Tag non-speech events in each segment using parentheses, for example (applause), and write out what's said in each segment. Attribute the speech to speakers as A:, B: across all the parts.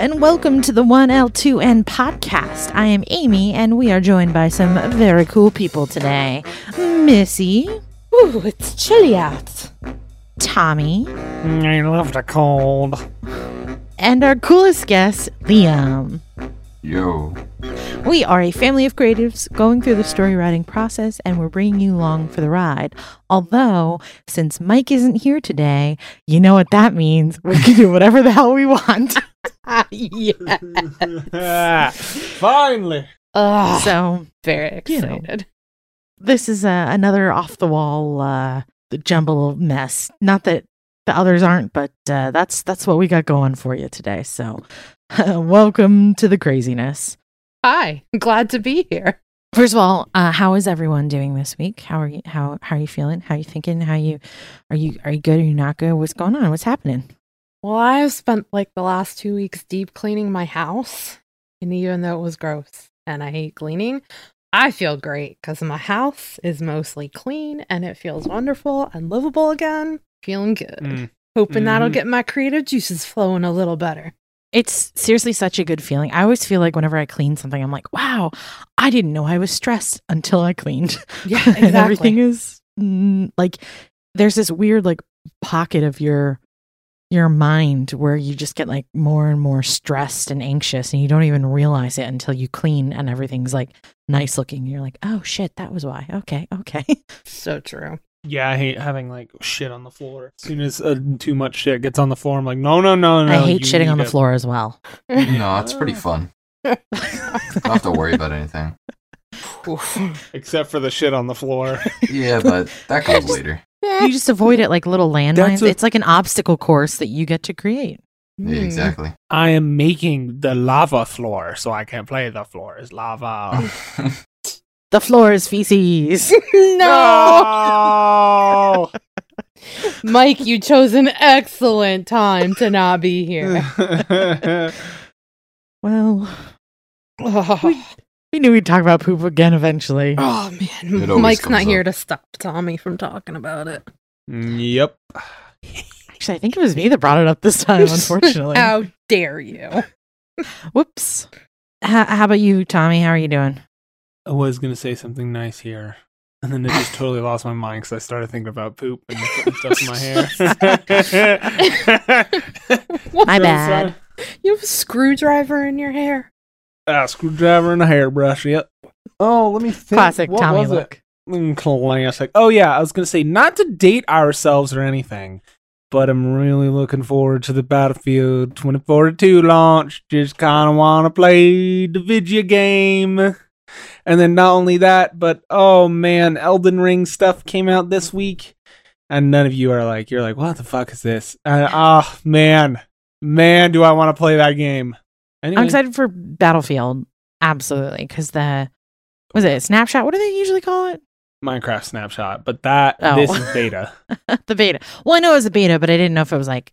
A: and welcome to the 1L2N podcast. I am Amy, and we are joined by some very cool people today. Missy,
B: Ooh, it's chilly out.
A: Tommy,
C: I love the cold.
A: and our coolest guest, Liam.
D: Yo,
A: We are a family of creatives going through the story writing process, and we're bringing you along for the ride. Although, since Mike isn't here today, you know what that means. We can do whatever the hell we want.
B: (laughs) yeah.
C: Ah, Finally.
B: Ugh,
A: So,
B: very
A: you know.
B: excited.
A: this is uh, another off the wall uh, jumble mess. Not that the others aren't, but uh, that's that's what we got going for you today. So, (laughs) welcome to the craziness.
B: Hi, glad to be here.
A: First of all, uh, how is everyone doing this week? How are you? How how are you feeling? How are you thinking? How you are you are you good? Are you not good? What's going on? What's happening?
B: Well, I have spent like the last two weeks deep cleaning my house. And even though it was gross and I hate cleaning, I feel great because my house is mostly clean and it feels wonderful and livable again. Feeling good.
C: Mm.
B: Hoping that'll
C: Mhm.
B: get my creative juices flowing a little better.
A: It's seriously such a good feeling. I always feel like whenever I clean something, I'm like, wow, I didn't know I was stressed until I cleaned.
B: (laughs) (laughs) Yeah,
A: (laughs) and everything is mm, like there's this weird like pocket of your your mind where you just get like more and more stressed and anxious and you don't even realize it until you clean and everything's like nice looking you're like oh shit that was why okay okay (laughs)
B: So true.
C: Yeah, I hate having like shit on the floor. As soon as uh, too much shit gets on the floor, I'm like, no, no, no, no.
A: i hate
C: Oh, you
A: shitting on
C: need
A: the
C: to-
A: floor as well
D: no, it's pretty fun. Don't have to worry about anything.
B: (laughs)
C: Except for the shit on the floor. (laughs)
D: Yeah, but that comes later.
A: you just avoid it like little landmines
C: (laughs) That's a-
A: it's like an obstacle course that you get to create
D: Yeah,
B: Mm.
D: exactly. (laughs)
C: I am making the lava floor, so I can play the floor
A: (laughs)
C: is lava.
A: the floor is feces
B: (laughs) no,
C: No!
B: Mike, you chose an excellent time to not be here.
A: well
B: oh,
A: (sighs) we knew we'd talk about poop again eventually
D: It
B: (sighs) man,
D: always
B: Mike's not
D: comes
B: here
D: up.
B: to stop Tommy from talking about it.
C: (laughs) yep.
A: actually i think it was me that brought it up this
B: (laughs)
A: time Oh, unfortunately
B: How dare you?
A: Whoops. How, how about you, Tommy? How are you doing?
C: I was going to say something nice here. And then it just totally lost my mind because I started thinking about poop and (laughs) putting stuff in my hair.
A: (laughs)
C: (laughs)
B: What?
A: My
C: So
A: bad.
C: sorry.
B: You have a screwdriver in your hair.
C: Ah, screwdriver and a hairbrush. Yep. Oh, let me think.
A: Classic
C: What
A: Tommy
C: was it?
A: look.
C: Mm, Classic. Oh yeah, I was gonna say not to date ourselves or anything, but I'm really looking forward to the Battlefield 2042 launch. Just kind of want to play the video game. And then not only that, but oh man, Elden Ring stuff came out this week, and none of you are like, you're like, what the fuck is this? And oh man, man, do I want to play that game? Anyway.
A: I'm excited for Battlefield. Absolutely. Because the, was it a snapshot? What do they usually call it? (laughs)
C: Minecraft snapshot, but that
A: Oh.
C: this is beta.
A: the beta. Well, I know it was a beta, but I didn't know if it was like,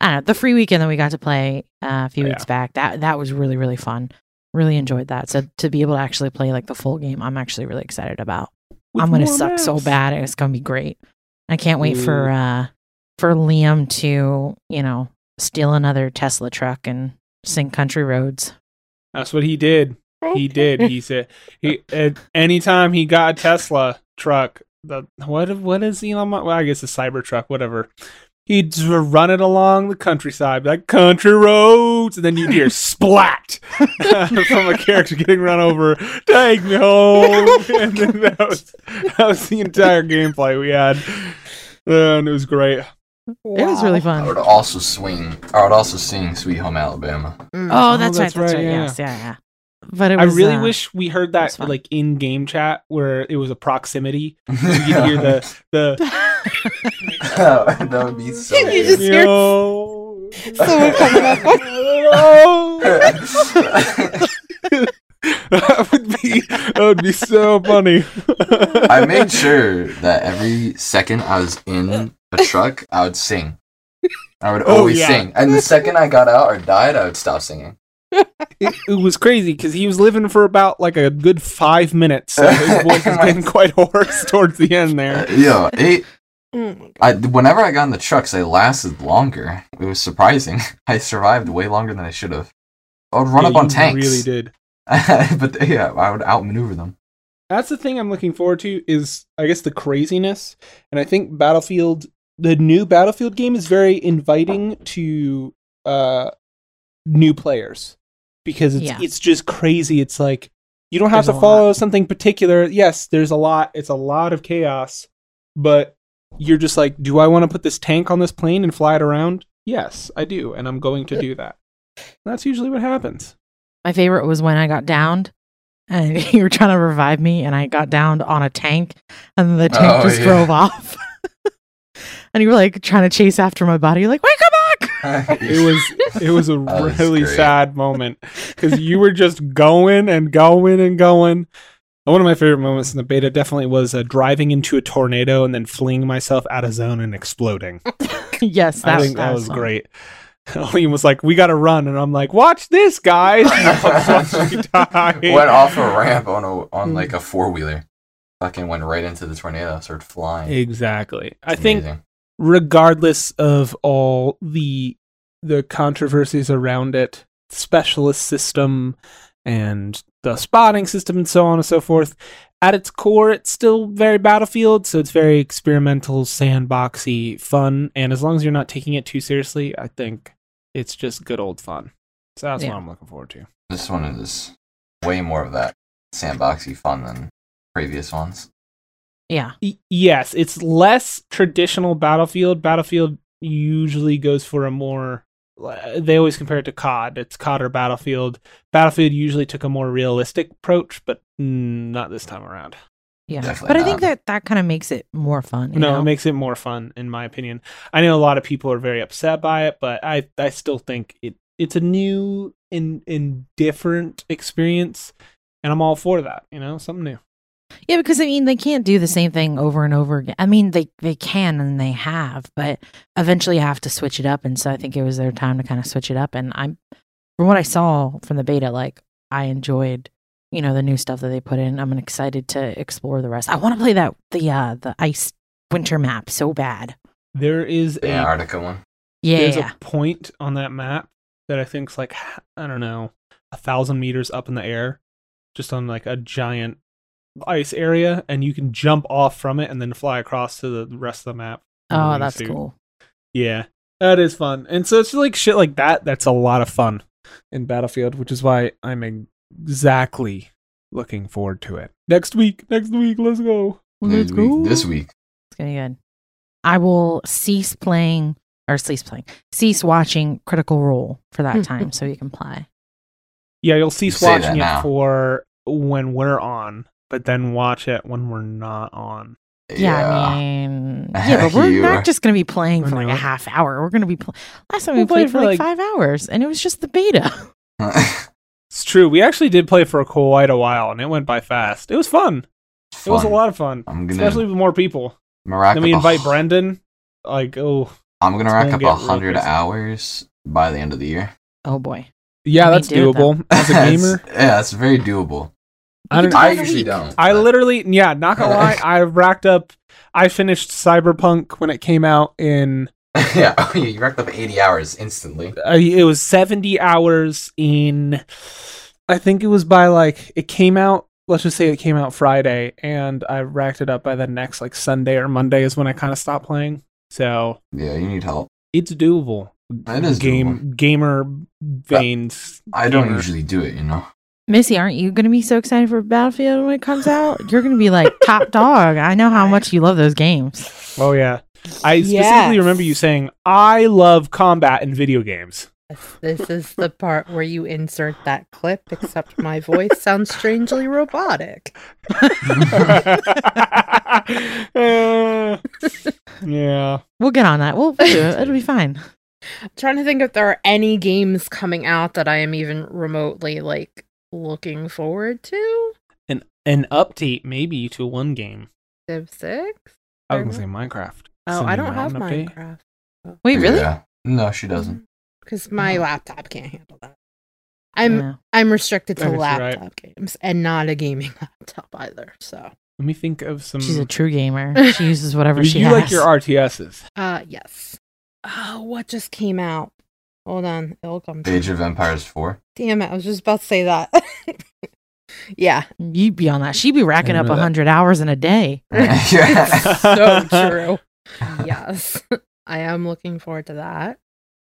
A: I don't know, the free weekend that we got to play uh, a few
C: Yeah.
A: weeks back. That, that was really, really fun. Really enjoyed that. So to be able to actually play like the full game, I'm actually really excited about. (laughs) I'm gonna suck so bad. It's gonna be great. I can't wait for uh for Liam to, you know, steal another Tesla truck and sing country roads.
C: That's what he did. He did. He said he at any time he got a Tesla truck. The what? What is Elon? Musk? Well, I guess a cyber truck, whatever. He'd just run it along the countryside, like country roads, and then you'd hear splat (laughs) from a character getting run over. Take me home, and then that was that was the entire gameplay we had, and it was great.
A: It was really
C: Oh,
D: I
A: fun.
D: would also swing. I would also sing "Sweet Home Alabama."
B: Mm.
A: Oh, that's, right,
C: Oh, that's
A: that's right.
C: right, yeah.
A: Yes, yeah, yeah. But it
C: I
A: was
C: really
A: uh,
C: wish (laughs) we heard
A: was
C: that
A: fun.
C: like in game chat where it was a
D: (laughs)
C: proximity. You could hear the the
D: that would be so.
B: You
D: good.
B: just hear
C: Yo. (laughs)
B: someone coming up.
C: Oh. that would be that would be so funny.
D: (laughs) (laughs) I made sure that every second I was in a truck, I would sing. I would
C: Oh,
D: always
C: yeah.
D: sing, and the second I got out or died, I would stop singing.
C: it, it was crazy because he was living for about like a good
D: (laughs)
C: five minutes. So his voice was getting quite hoarse towards the end
D: Uh,
C: there.
D: yo, it
B: Oh my god.
D: I, whenever I got in the trucks, they lasted longer. It was surprising. (laughs) I survived way longer than I should have. I would run
C: Yeah,
D: up on
C: you
D: tanks,
C: Really did.
D: (laughs) but yeah, I would outmaneuver (laughs) them.
C: That's the thing I'm looking forward to is I guess the craziness, and I think Battlefield, the new Battlefield game, is very inviting to uh, new players because it's
A: Yeah.
C: it's just crazy. It's like you don't have
A: There's
C: to
A: a
C: follow something particular. Yes, there's a lot. It's a lot of chaos, but you're just like, do I want to put this tank on this plane and fly it around? Yes, I do, and I'm going to do that. That's usually what happens.
A: (laughs) My favorite was when I got downed and (laughs) you were trying to revive me and I got downed on a tank and the tank
D: Oh,
A: just
D: yeah.
A: drove off. (laughs) and you were like trying to chase after my body, like, wake up back!
C: it was it was a
D: (laughs) That was
C: really
D: great.
C: sad moment because you were just going and going and going. And One of my favorite moments in the beta definitely was uh, driving into a tornado and then flinging myself out of zone and exploding.
A: (laughs) yes, that,
C: I think that
A: that
C: was
A: fun.
C: great. (laughs) Liam was like, "We got to run," and I'm like, "Watch this,
D: (laughs)
C: guys!" (laughs) I died. (laughs)
D: went off a ramp on a on
C: Hmm.
D: like a four wheeler. Fucking went right into the tornado. Started flying.
C: Exactly. I
D: It's
C: think
D: amazing.
C: regardless of all the the controversies around it, specialist system and the spotting system and so on and so forth, at its core it's still very battlefield, so it's very experimental, sandboxy, fun, and as long as you're not taking it too seriously, I think it's just good old fun. So that's
A: Yeah.
C: what I'm looking forward to.
D: this one is way more of that sandboxy fun than previous ones.
A: Yeah.
C: Y- yes, it's less traditional Battlefield. Battlefield usually goes for a more. uh, They always compare it to COD. It's COD or Battlefield. Battlefield usually took a more realistic approach, but mm, not this time around.
A: Yeah.
D: Definitely
A: but I
D: not.
A: think that that kind of makes it more fun. you
C: no,
A: know?
C: it makes it more fun, in my opinion. I know a lot of people are very upset by it, but I, I still think it it's a new and, and different experience, and I'm all for that. You know, something new.
A: Yeah, because I mean, they can't do the same thing over and over again. I mean, they they can and they have, but eventually you have to switch it up. And so I think it was their time to kind of switch it up. And I'm, from what I saw from the beta, like I enjoyed, you know, the new stuff that they put in. I'm excited to explore the rest. I want to play that the uh the ice winter map so bad.
C: There is
D: The
C: a
D: Antarctica one.
A: Yeah,
C: there's a point on that map that I think's like I don't know a thousand meters up in the air, just on like a giant ice area, and you can jump off from it and then fly across to the rest of the map. in a
A: oh, that's
C: wingsuit.
A: cool.
C: Yeah, that is fun, and so it's like shit like that. That's a lot of fun in Battlefield, which is why I'm exactly looking forward to it. Next week, next week, let's go.
D: This week, this week.
A: It's gonna be good. I will cease playing or cease playing, cease watching Critical Role for
C: (laughs)
A: that time, so you can play.
C: Yeah, you'll cease
D: say that
C: watching it
D: now.
C: for when we're on, but then watch it when we're not on.
A: Yeah, I
D: (laughs)
A: mean,
D: Yeah.
A: yeah, but we're
D: You were-
A: not just going to be playing
C: I
A: for like
C: know.
A: a half hour. We're going to be pl- last time we
C: We'll play
A: played for
C: for,
A: like,
C: like-
A: five hours, and it was just the beta. (laughs)
D: (laughs)
C: It's true. We actually did play for quite a while, and it went by fast. It was fun. It was a
D: Fun.
C: lot of fun,
D: I'm gonna
C: especially with more people.
D: rack
C: Then
D: up
C: we
D: a (sighs)
C: invite
D: hu-
C: Brendan. Like, oh
D: I'm gonna
C: It's
D: rack
C: gonna
D: up
C: get
D: a
C: really
D: hundred
C: crazy.
D: hours by the end of the year.
A: oh boy,
C: yeah,
A: We that's did that. doable.
D: (laughs)
C: as a
D: That's-
C: gamer.
D: yeah, that's very doable.
C: I don't.
D: I
A: By the
D: usually
A: week.
D: don't.
C: I
D: but-
C: literally, yeah, not gonna lie. I racked up. I finished Cyberpunk when it came out in.
D: (laughs) yeah, oh, yeah, you racked up 80 hours instantly.
C: Uh, it was seventy hours in. I think it was by like it came out. Let's just say it came out Friday, and I racked it up by the next like Sunday or Monday is when I kind of stopped playing. So
D: Yeah, you need help.
C: it's doable.
D: That is
C: game
D: doable.
C: gamer veins.
D: I don't
C: gamer.
D: usually do it,
C: (laughs)
D: you (laughs) know.
A: Missy, aren't you going to be so excited for Battlefield when it comes out? You're going to be
D: (laughs)
A: like top dog. I know how much you love those games.
C: Oh yeah, I specifically
B: Yes.
C: remember you saying I love combat in video
D: (laughs)
C: games. (laughs)
B: This is the part where you insert that clip, except my voice sounds strangely robotic.
C: Uh, yeah,
A: We'll get on that. We'll we'll do it. It'll be fine.
B: I'm trying to think if there are any games coming out that I am even remotely like looking forward to.
C: an an update maybe to one game.
B: Civ 6?
C: I was gonna say Minecraft.
B: Oh,
C: Sunday
B: I don't have
C: Mountain update.
B: Minecraft.
A: Wait, really?
D: Yeah. No, she doesn't.
B: Because my laptop can't handle that. I'm
A: Yeah.
B: I'm restricted
C: I
B: to
C: guess you're right.
B: (laughs) laptop games and not a gaming laptop either. So
C: Let me think of some.
A: She's a true
C: (laughs)
A: gamer. She uses whatever she
C: you
A: has.
C: like your RTSs.
B: Uh, yes. Oh, what just came out? Hold on, it'll come. to
D: Age
B: me.
D: of Empires 4.
B: Damn it! I was just about to say that. (laughs) yeah,
A: You'd be on that. She'd be racking up
C: Remember that.
A: hundred hours in a day. (laughs)
D: yeah.
B: it's so true. Yes, I am looking forward to that.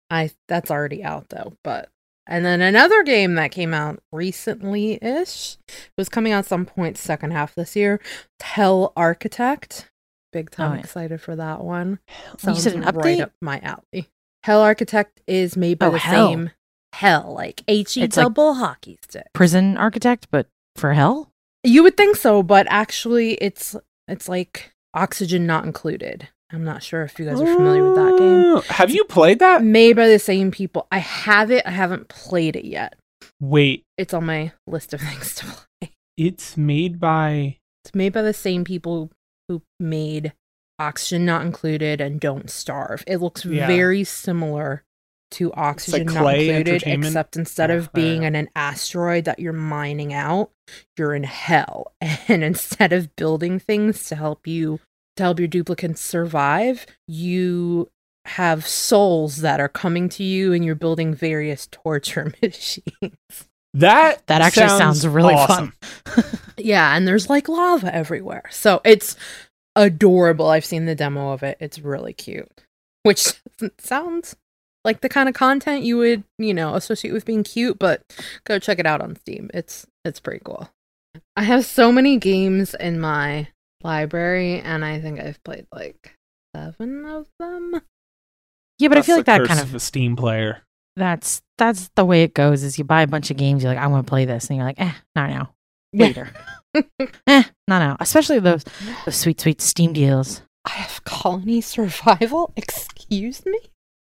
B: I that's already out though, but and then another game that came out recently ish was coming out some point second half this year. Tell Architect, big time
A: Oh, yeah.
B: excited for that one.
A: You
B: Sounds
A: said an
B: right
A: update?
B: up my alley. Hell Architect is made by
A: Oh,
B: the
A: Hell.
B: same Hell, like H E
A: It's like-
B: double hockey stick.
A: Prison architect, but for hell.
B: You would think so, but actually, it's it's like oxygen not included. I'm not sure if you guys are familiar with that game.
C: Oh, Have you played that?
B: Made by the same people. I have it. I haven't played it yet.
C: Wait,
B: It's on my list of (laughs) things to play.
C: it's made by.
B: It's made by the same people who made Oxygen Not Included and Don't Starve. It looks
C: Yeah.
B: very similar to Oxygen
C: Clay
B: Not Included,
C: Entertainment.
B: except instead
C: Yeah, I
B: of
C: don't
B: being
C: know.
B: in an asteroid that you're mining out, you're in hell. (laughs) And instead of building things to help you to help your duplicates survive, you have souls that are coming to you and you're building various (laughs) torture machines.
C: That
A: That actually sounds really
C: awesome.
B: Yeah, and there's like lava everywhere. So it's adorable. I've seen the demo of it. It's really cute, which doesn't sound like the kind of content you would, you know, associate with being cute, but go check it out on Steam. It's it's pretty cool. I have so many games in my library and I think I've played like 7 of them.
A: Yeah, but I
C: That's
A: feel
C: the
A: like that
C: curse
A: kind of
C: a Steam player.
A: that's that's the way it goes. Is you buy a bunch of games, you're like, I want to play this, and you're like, eh, not now,
B: Yeah. (laughs)
A: later, (laughs) eh, not now. Especially those those sweet sweet Steam deals.
B: I have Colony Survival. (laughs) Excuse me?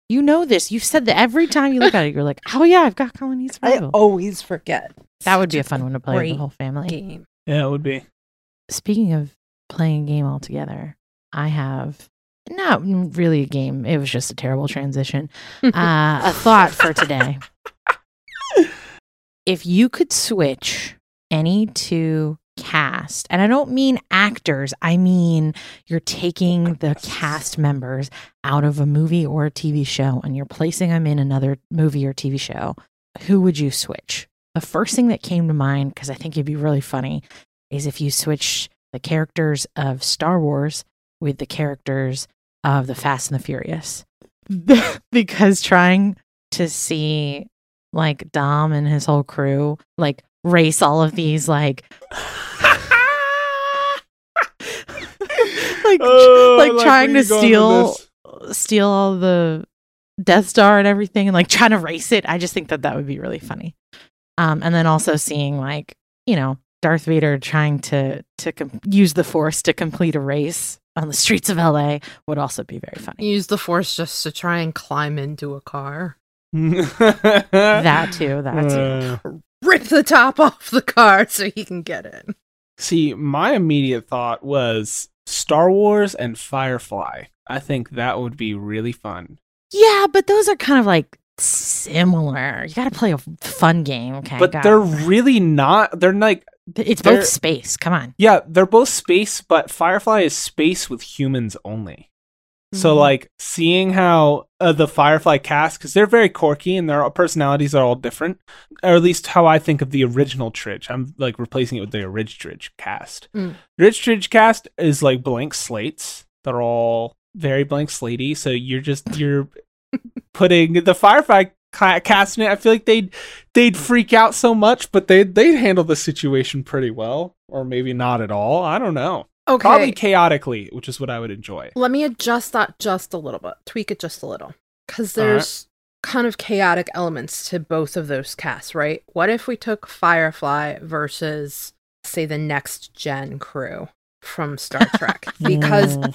A: You know this. You've said that every time you look at it, you're like, oh yeah, I've got Colony
B: I
A: Survival.
B: always forget.
A: Oh. that would be a fun one to play with the
B: great
A: whole family.
B: game.
C: Yeah, it would be.
A: speaking of playing a game altogether, I have not really a game. It was just a terrible transition. Uh, a thought for today. if you could switch any two cast, and I don't mean actors, I mean you're taking the cast members out of a movie or a TV show and you're placing them in another movie or TV show, who would you switch? The first thing that came to mind, because I think it'd be really funny, is if you switch the characters of Star Wars with the characters of the Fast and the Furious. (laughs) because trying to see like Dom and his whole crew like race all of these like (laughs) (laughs) like
C: Oh, I
A: like trying
C: where
A: to
C: you're going with
A: steal steal all the Death Star and everything and like trying to race it. I just think that that would be really funny. Um, and then also seeing like you know Darth Vader trying to to com- use the Force to complete a race on the streets of L.A. would also be very funny.
B: Use the force just to try and climb into a car.
C: this.
A: That too. That too.
C: Uh,
B: (laughs) Rip the top off the car so he can get in.
C: see, my immediate thought was Star Wars and Firefly. I think that would be really fun.
A: Yeah, but those are kind of like similar. You got to play a f- fun game, okay?
C: but
A: God.
C: they're really not. They're like
A: it's
C: they're-
A: both space. Come on.
C: Yeah, they're both space, but Firefly is space with humans only. So like seeing how uh, the Firefly cast because they're very quirky and their personalities are all different, or at least how I think of the original Tridge. I'm like replacing it with the Ridge Tridge cast.
B: Mm.
C: The Ridge Tridge cast is like blank slates. They're all very blank slatey. So you're just you're putting the Firefly ca- cast in it. I feel like they'd they'd freak out so much, but they they'd handle the situation pretty well, or maybe not at all. I don't know.
B: Okay.
C: Probably chaotically, which is what I would enjoy.
B: Let me adjust that just a little bit. Tweak it just a little. Because
C: All right.
B: there's kind of chaotic elements to both of those casts, right? What if we took Firefly versus, say, the next gen crew from Star
C: (laughs)
B: Trek? because
C: Mm.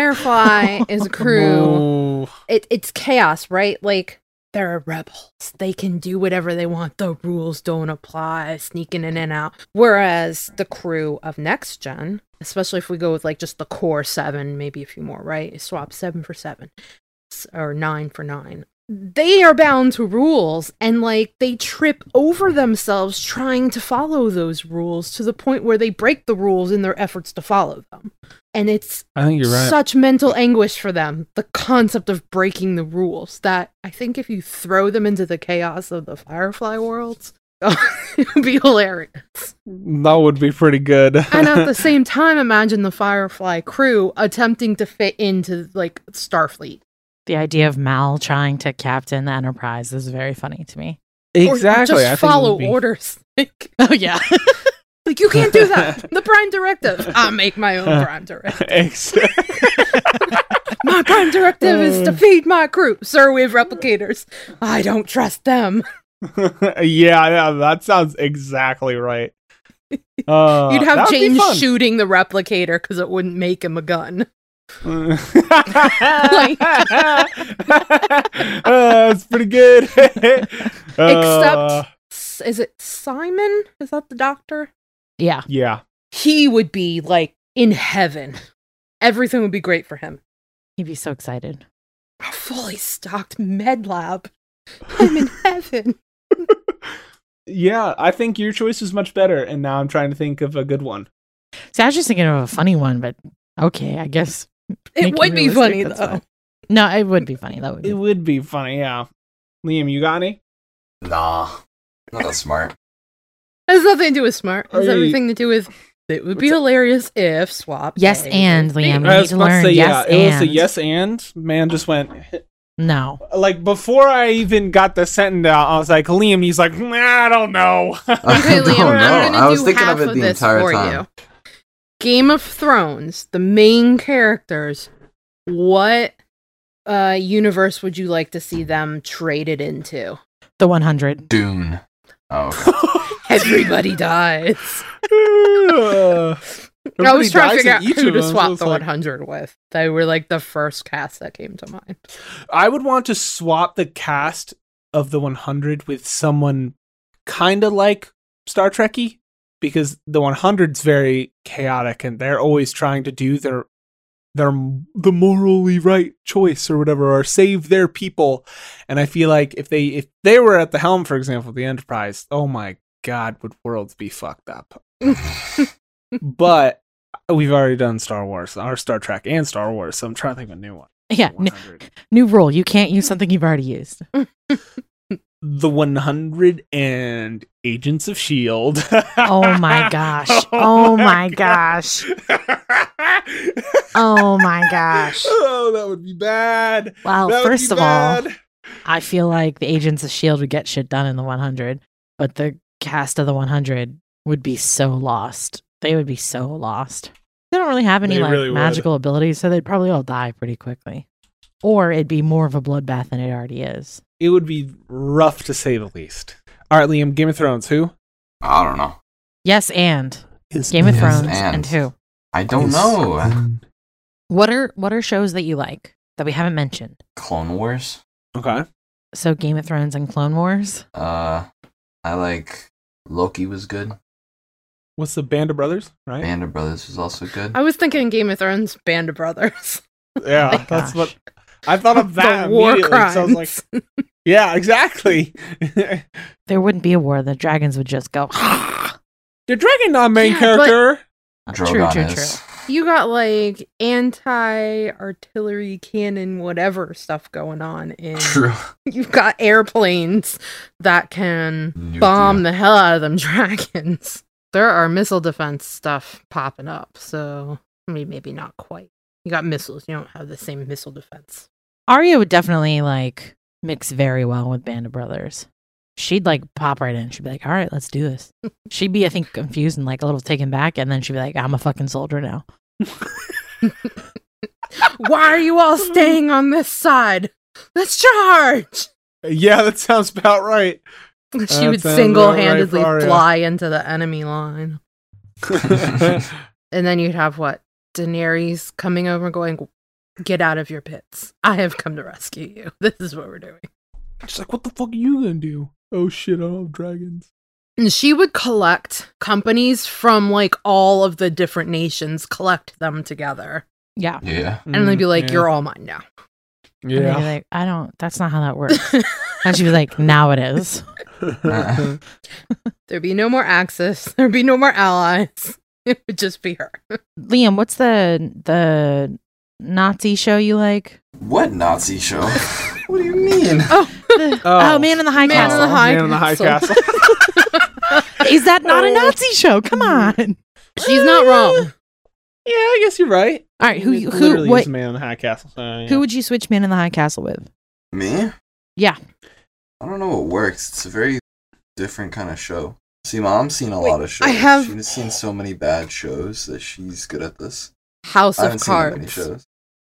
B: Firefly is a crew.
C: Ooh.
B: it, it's chaos, right? Like they're rebels. They can do whatever they want. The rules don't apply, sneaking in and out. Whereas the crew of next gen, especially if we go with like just the core seven, maybe a few more, right? Swap seven for seven s- or nine for nine. they are bound to rules and like they trip over themselves trying to follow those rules to the point where they break the rules in their efforts to follow them. And it's
C: I think you're right.
B: such mental anguish for them, the concept of breaking the rules that I think if you throw them into the chaos of the Firefly (laughs) worlds, it would be hilarious.
C: that would be pretty good.
B: And
C: (laughs)
B: at the same time, imagine the Firefly crew attempting to fit into like Starfleet.
A: The idea of Mal trying to captain the Enterprise is very funny to me.
B: Or
C: exactly. I think it
B: just follow
C: would be-
B: orders. Like,
A: Oh yeah.
B: (laughs) like, you can't do
C: (laughs)
B: that. The Prime Directive. I make my own Prime Directive.
C: (laughs) Ex- (laughs)
B: My Prime Directive is
C: Uh.
B: to feed my crew. Sir, we have replicators. I don't trust them.
C: yeah, yeah, that sounds exactly
B: (laughs)
C: right. Uh,
B: You'd have
C: that would be
B: James
C: fun. (laughs)
B: shooting the replicator because it wouldn't make him a gun.
C: (laughs) uh, that's pretty good. (laughs) Uh,
B: S- is it Simon? Is that the doctor?
A: Yeah.
C: yeah,
B: he would be like in heaven. Everything would be great for him.
A: He'd be so excited.
B: A fully stocked med (laughs) lab. I'm in heaven.
C: yeah. I think your choice is much better, and now I'm trying to think of a good one.
A: See, I was just thinking of a funny one, but okay, I guess
B: It
A: make
B: would be
A: realistic,
B: funny though.
A: that's fine. No, it would be funny. That would
C: It
A: be
C: would be funny. Yeah, Liam, you got any?
D: Nah, not that smart.
B: It has nothing to do with smart. It has
C: Hey.
B: everything to do with it would be hilarious if swap.
A: Yes,
B: A
A: and,
B: with B.
A: Liam. We
C: I
A: need
C: was
A: to
C: about
A: learn
C: say,
A: yes
C: yeah, it was a
A: and.
C: yes and. Man, just went (laughs)
A: no.
C: like before I even got the sentence out. I was like Liam. He's like, "Nah, I don't know.
B: Okay,
D: (laughs) I don't
B: Liam, I'm
D: know.
B: gonna
D: I was
B: do
D: thinking
B: half
D: of it the
B: this
D: entire
B: for
D: time.
B: you. Game of Thrones, the main characters, what uh universe would you like to see them
C: (laughs)
B: traded into?
A: The 100.
D: Dune. Oh,
B: (laughs)
C: (laughs)
D: okay.
B: (laughs) Everybody dies. (laughs) I
C: Everybody
B: was trying
C: dies in
B: to figure out
C: each
B: who
C: of
B: to
C: them, so
B: swap
C: it's
B: the
C: like-
B: 100 with. They were like the first cast that came to mind.
C: I would want to swap the cast of the 100 with someone kind of like Star Trekky because the 100's very chaotic and they're always trying to do their their the morally right choice or whatever or save their people and I feel like if they if they were at the helm for example of the Enterprise oh my god would worlds be
A: (laughs)
C: fucked up but we've already done Star Wars our Star Trek and Star Wars so I'm trying to think of a new one
A: Yeah. n-
C: 100.
A: new rule. You can't use something you've already used.
C: the 100 and Agents of Shield.
A: Oh
C: (laughs)
A: my gosh. Oh my gosh. Oh my gosh.
C: (laughs) Oh, that would be bad.
A: Wow.
C: That would be
A: First of all,
C: bad.
A: I feel like the Agents of S.H.I.E.L.D. E would get shit done in the 100, but the cast of the 100 would be so lost. They would be so lost. They don't really have any
C: They
A: like
C: really would.
A: magical abilities, so they'd probably all die pretty quickly. Or it'd be more of a bloodbath than it already is.
C: it would be rough to say the least. All right, Liam, Game of Thrones, who?
D: I don't know.
A: Yes, and
C: Is
A: Game of
D: Yes,
A: Thrones
D: and.
A: and who?
D: I don't
C: is-
D: know.
A: What are what are shows that you like that we haven't mentioned?
D: Clone Wars.
C: Okay.
A: So Game of Thrones and Clone Wars.
D: Uh, I like Loki was good.
C: What's the Band of Brothers, right?
D: Band of Brothers was also good.
B: I was thinking Game of Thrones, Band of Brothers.
C: (laughs) Yeah,
A: Oh my
C: Ah, that's
A: gosh.
C: what I (laughs) thought of that.
B: the war
C: immediately,
B: crimes.
C: so I was like, (sighs) yeah, exactly. (laughs) the
A: There wouldn't be a war. The dragons would just go.
C: dragon not main
B: Yeah, but-
C: character.
A: true, true, true.
D: is-
B: (laughs) you got like anti artillery cannon, whatever stuff going on in.
D: True.
B: (laughs) You've got airplanes that can
D: Nuclear.
B: bomb the hell out of them (laughs) dragons. There are missile defense stuff popping up, so I mean, maybe not quite. You got missiles, you don't have the same missile defense.
A: Arya would definitely like mix very well with Band of Brothers. She'd like pop right in. She'd be like, "All right, let's do
C: (laughs)
A: this." She'd be, I think, confused and like a little taken back, and then she'd be like, "I'm a fucking soldier now."
B: Why are you all staying on this side? Let's charge! (laughs)
C: Yeah, that sounds about (laughs) right.
B: She
C: sounds
B: would
C: about right
B: single handedly
C: for Arya.
B: fly into the enemy line. And then you'd have what? Daenerys coming over and going, Get out of your pits. I have come to rescue you. (laughs) This is what we're doing.
C: She's like, what the fuck are you gonna do? Oh shit, I love dragons.
B: And she would collect companies from like all of the different nations, collect them together.
A: Yeah,
D: yeah.
C: Mm,
B: And they'd be like, You're all mine now. (laughs)
A: And they'd be like, I don't, that's not how that
C: (laughs)
A: works. and she'd be like, now it is. (laughs)
C: Oh,
D: Uh.
B: There'd be no more Axis. (laughs) There'd be no more allies. (laughs) It would just be her.
A: Liam, what's the, the Nazi show you like?
D: What Nazi show? (laughs) what do you mean?
A: The- oh, Man in the High
B: Man in
A: Castle.
B: the
C: (laughs)
B: High
C: Man in the High
B: Castle.
A: (laughs)
C: Castle.
A: is that not a Nazi show? Come
C: Mm-hmm.
A: on.
B: She's not wrong.
C: yeah, I guess you're right.
A: All right, who,
C: It
A: who,
C: literally
A: what,
C: is Man in the High Castle? so, yeah.
A: who would you switch Man in the High Castle with?
D: Me?
A: Yeah.
D: I don't know what works. It's a very different kind of show. See, mom's seen a
B: Wait,
D: lot of shows.
B: I have-
D: She's seen so many bad shows that she's good at this.
B: House
D: I
B: of
D: haven't seen that many
B: Cards.
D: shows.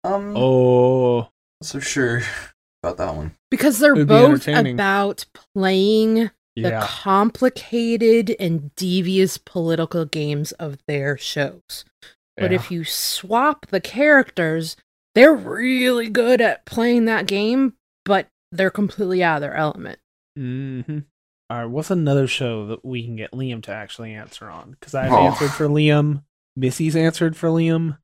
D: Um, oh.
C: Oh,
D: so sure about that one.
B: Because they're
C: It would be
B: both
C: entertaining.
B: about playing the
C: yeah.
B: complicated and devious political games of their shows. But
C: yeah.
B: if you swap the characters, they're really good at playing that game, but they're completely out of their element.
C: (laughs) Mhm. All right, what's another show that we can get Liam to actually answer on? Because I've
D: Oh.
C: answered for Liam, Missy's answered for Liam,
A: (laughs)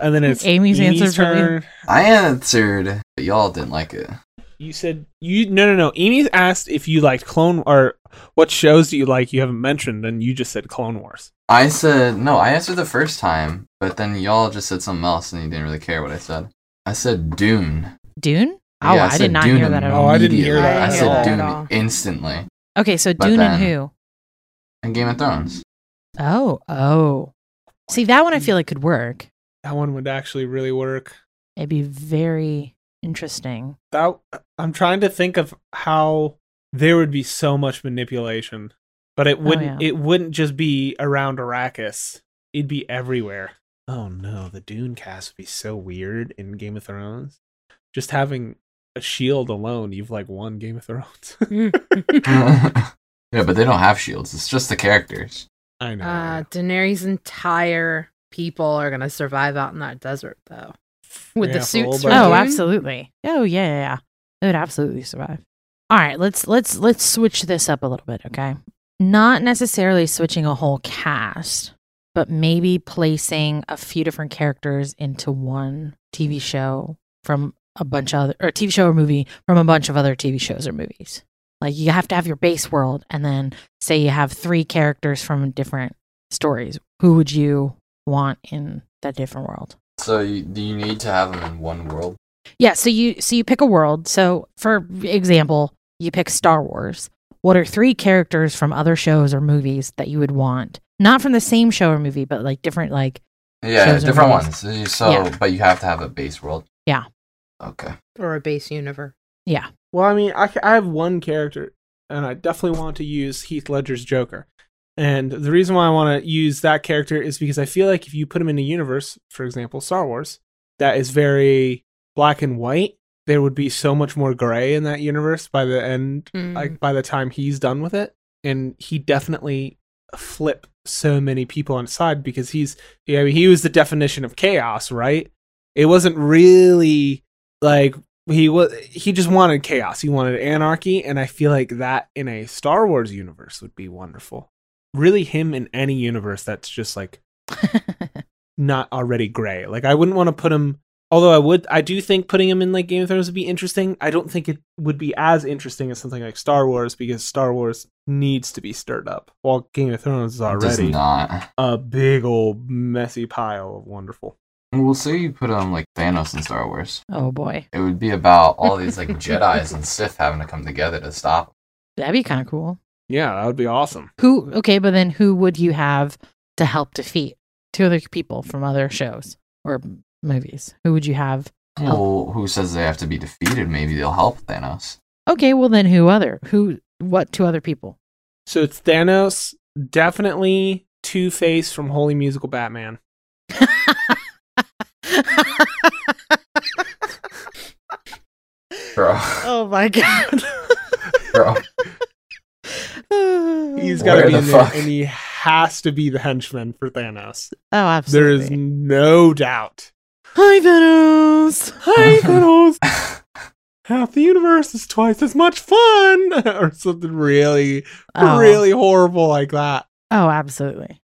C: and then it's
A: Amy's answered for Liam.
C: turn.
D: I answered, but y'all didn't like it.
C: You said you no no no. Amy asked if you liked Clone or what shows do you like you haven't mentioned, and you just said Clone Wars.
D: I said no. I answered the first time, but then y'all just said something else, and you didn't really care what I said. I said Dune.
A: Dune? Oh,
D: Yeah,
A: I, did
D: said
A: not
D: Dune
A: hear that at all.
C: Oh, I didn't hear
D: immediately.
C: that
D: I
C: at
D: said
C: all.
D: Dune
A: (laughs)
B: At all.
D: instantly.
A: Okay, so
D: But
A: Dune
D: then-
A: and who?
D: And Game of Thrones. (laughs)
A: Oh, oh. See, that
C: Mm.
A: one I feel like could work.
C: That one would actually really work.
A: It'd be very interesting.
C: That I'm trying to think of how there would be so much manipulation, but
B: Oh,
C: it wouldn't.
A: yeah.
C: It wouldn't just be around Arrakis. It'd be everywhere. Oh no, the Dune cast would be so weird in Game of Thrones. Just having a shield alone, you've like won Game of Thrones. (laughs)
B: Mm.
D: yeah, but they don't have shields. It's just the characters.
C: I know.
B: Uh, Daenerys' entire people are gonna survive out in that desert, though. With
C: Yeah,
B: the
C: for
B: suits,
C: But
B: from
C: Old
A: oh,
B: Dune?
A: absolutely. Oh, yeah, yeah, yeah. It would absolutely survive. All right, let's let's let's switch this up a little bit, okay? Not necessarily switching a whole cast, but maybe placing a few different characters into one TV show from a bunch of other or TV show or movie from a bunch of other TV shows or movies. Like you have to have your base world and then say you have three characters from different stories. Who would you want in that different world?
D: So you, do you need to have them in one world?
A: Yeah, so you so you pick a world. So for example, you pick Star Wars. What are three characters from other shows or movies that you would want? Not from the same show or movie, but like different like (laughs)
D: Yeah,
A: Shows and
D: different
A: movies.
D: ones. So you- So,
A: Yeah.
D: but you have to have a base world.
A: Yeah.
D: Okay.
B: or a base universe.
C: Well, I mean, I, ca- I have one character, and I definitely want to use Heath Ledger's Joker. And the reason why I want to use that character is because I feel like if you put him in a universe, for example, Star Wars, that is very black and white, there would be so much more gray in that universe by the end, like by the time he's done with it. And he definitely flip so many people on his side because he's, yeah, I mean, he was the definition of chaos, right? It wasn't really like he was he just wanted chaos he wanted anarchy and i feel like that in a star wars universe would be wonderful really him in any universe that's just like not already gray like i wouldn't want to put him although i would i do think putting him in like game of thrones would be interesting i don't think it would be as interesting as something like star wars because star wars needs to be stirred up while game of thrones is
D: It Does
C: already
D: not.
C: a big old messy pile of wonderful
D: Well, say you put on like Thanos in Star Wars.
A: oh boy.
D: It would be about all
A: (laughs)
D: these like Jedi's and Sith having to come together to stop.
A: That'd be kinda cool.
C: yeah that would be awesome
A: Who okay, but then who would you have to help defeat? Two other people from other shows or movies. Who would you have?
D: Well, who says they have to be defeated? Maybe they'll help Thanos.
A: Okay, well then who other? Who what two other people?
C: So it's Thanos, definitely Two Face from Holy Musical Batman.
D: Bro,
A: oh my (laughs) god.
D: bro.
A: Oh,
C: He's got
D: gotta
C: to
D: Where
C: be
D: the
C: in there,
D: fuck?
C: and he has to be the henchman for Thanos.
A: Oh,
C: There
A: absolutely.
C: is no doubt.
A: Hi, Thanos.
C: (laughs) Hi, Thanos. Half the universe is twice as much fun, (laughs) or something really,
A: Oh.
C: really horrible like
A: (laughs)
C: that.
A: Oh, absolutely.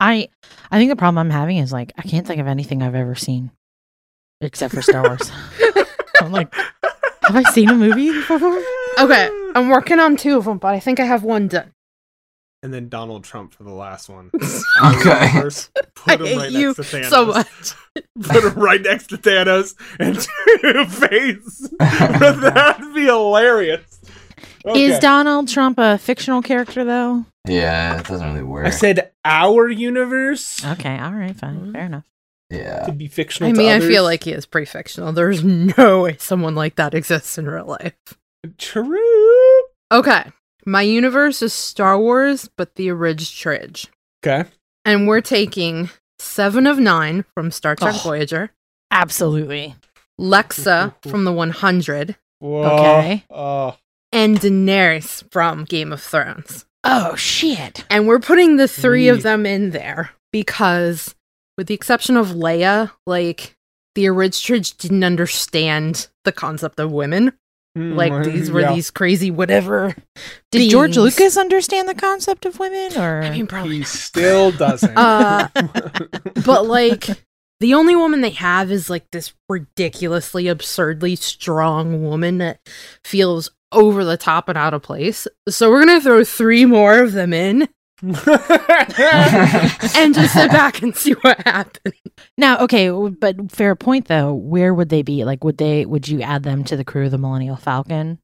A: I I think the (laughs) problem I'm having is like I can't think of anything I've ever seen except for Star Wars. I'm like, have I seen a movie before?
C: (laughs)
B: Okay, um, I'm working on two of them, but I think I have one done. (laughs)
C: and then Donald Trump for the last one.
D: Okay.
C: First,
B: I
C: put him
B: hate
C: right
B: you
C: next to Thanos.
B: so much.
C: (laughs) Put him right next to Thanos and (laughs) to
D: (laughs)
C: face. (laughs) That'd be hilarious.
A: Is
C: Okay.
A: Donald Trump a fictional character though?
D: (laughs) yeah, it doesn't really work.
C: I said our universe
A: Okay, all right, fine, fair enough.
D: yeah.
C: could be fictional.
B: I
C: to
B: mean, I feel
C: others.
B: like he is pretty fictional. There's no way someone like that exists in real life.
C: true.
B: Okay, my universe is Star Wars, but the orig tridge.
C: Okay.
B: and we're taking seven of nine from Star Trek
A: Oh.
B: Voyager,
A: Absolutely. (laughs)
B: Lexa from the 100,
A: Okay.
C: Oh,
B: and Daenerys from Game of Thrones.
A: Oh shit.
B: And we're putting the three
C: Yeet.
B: of them in there because, with the exception of Leia, like the Oridstridge didn't understand the concept of women.
C: hmm.
B: Like these were these crazy whatever.
A: Mm, Did George
B: beings.
A: Lucas understand the concept of women or
B: I mean, probably.
C: He
D: (laughs)
C: still doesn't. (laughs)
B: Uh, but like (laughs) the only woman they have is like this ridiculously absurdly strong woman that feels over the top and out of place so we're gonna throw three more of them in and
D: (laughs)
B: just sit back and see what happens
A: Now, okay, w- but fair point though. Where would they be? Like, would they? Would you add them to the crew of the Millennial Falcon?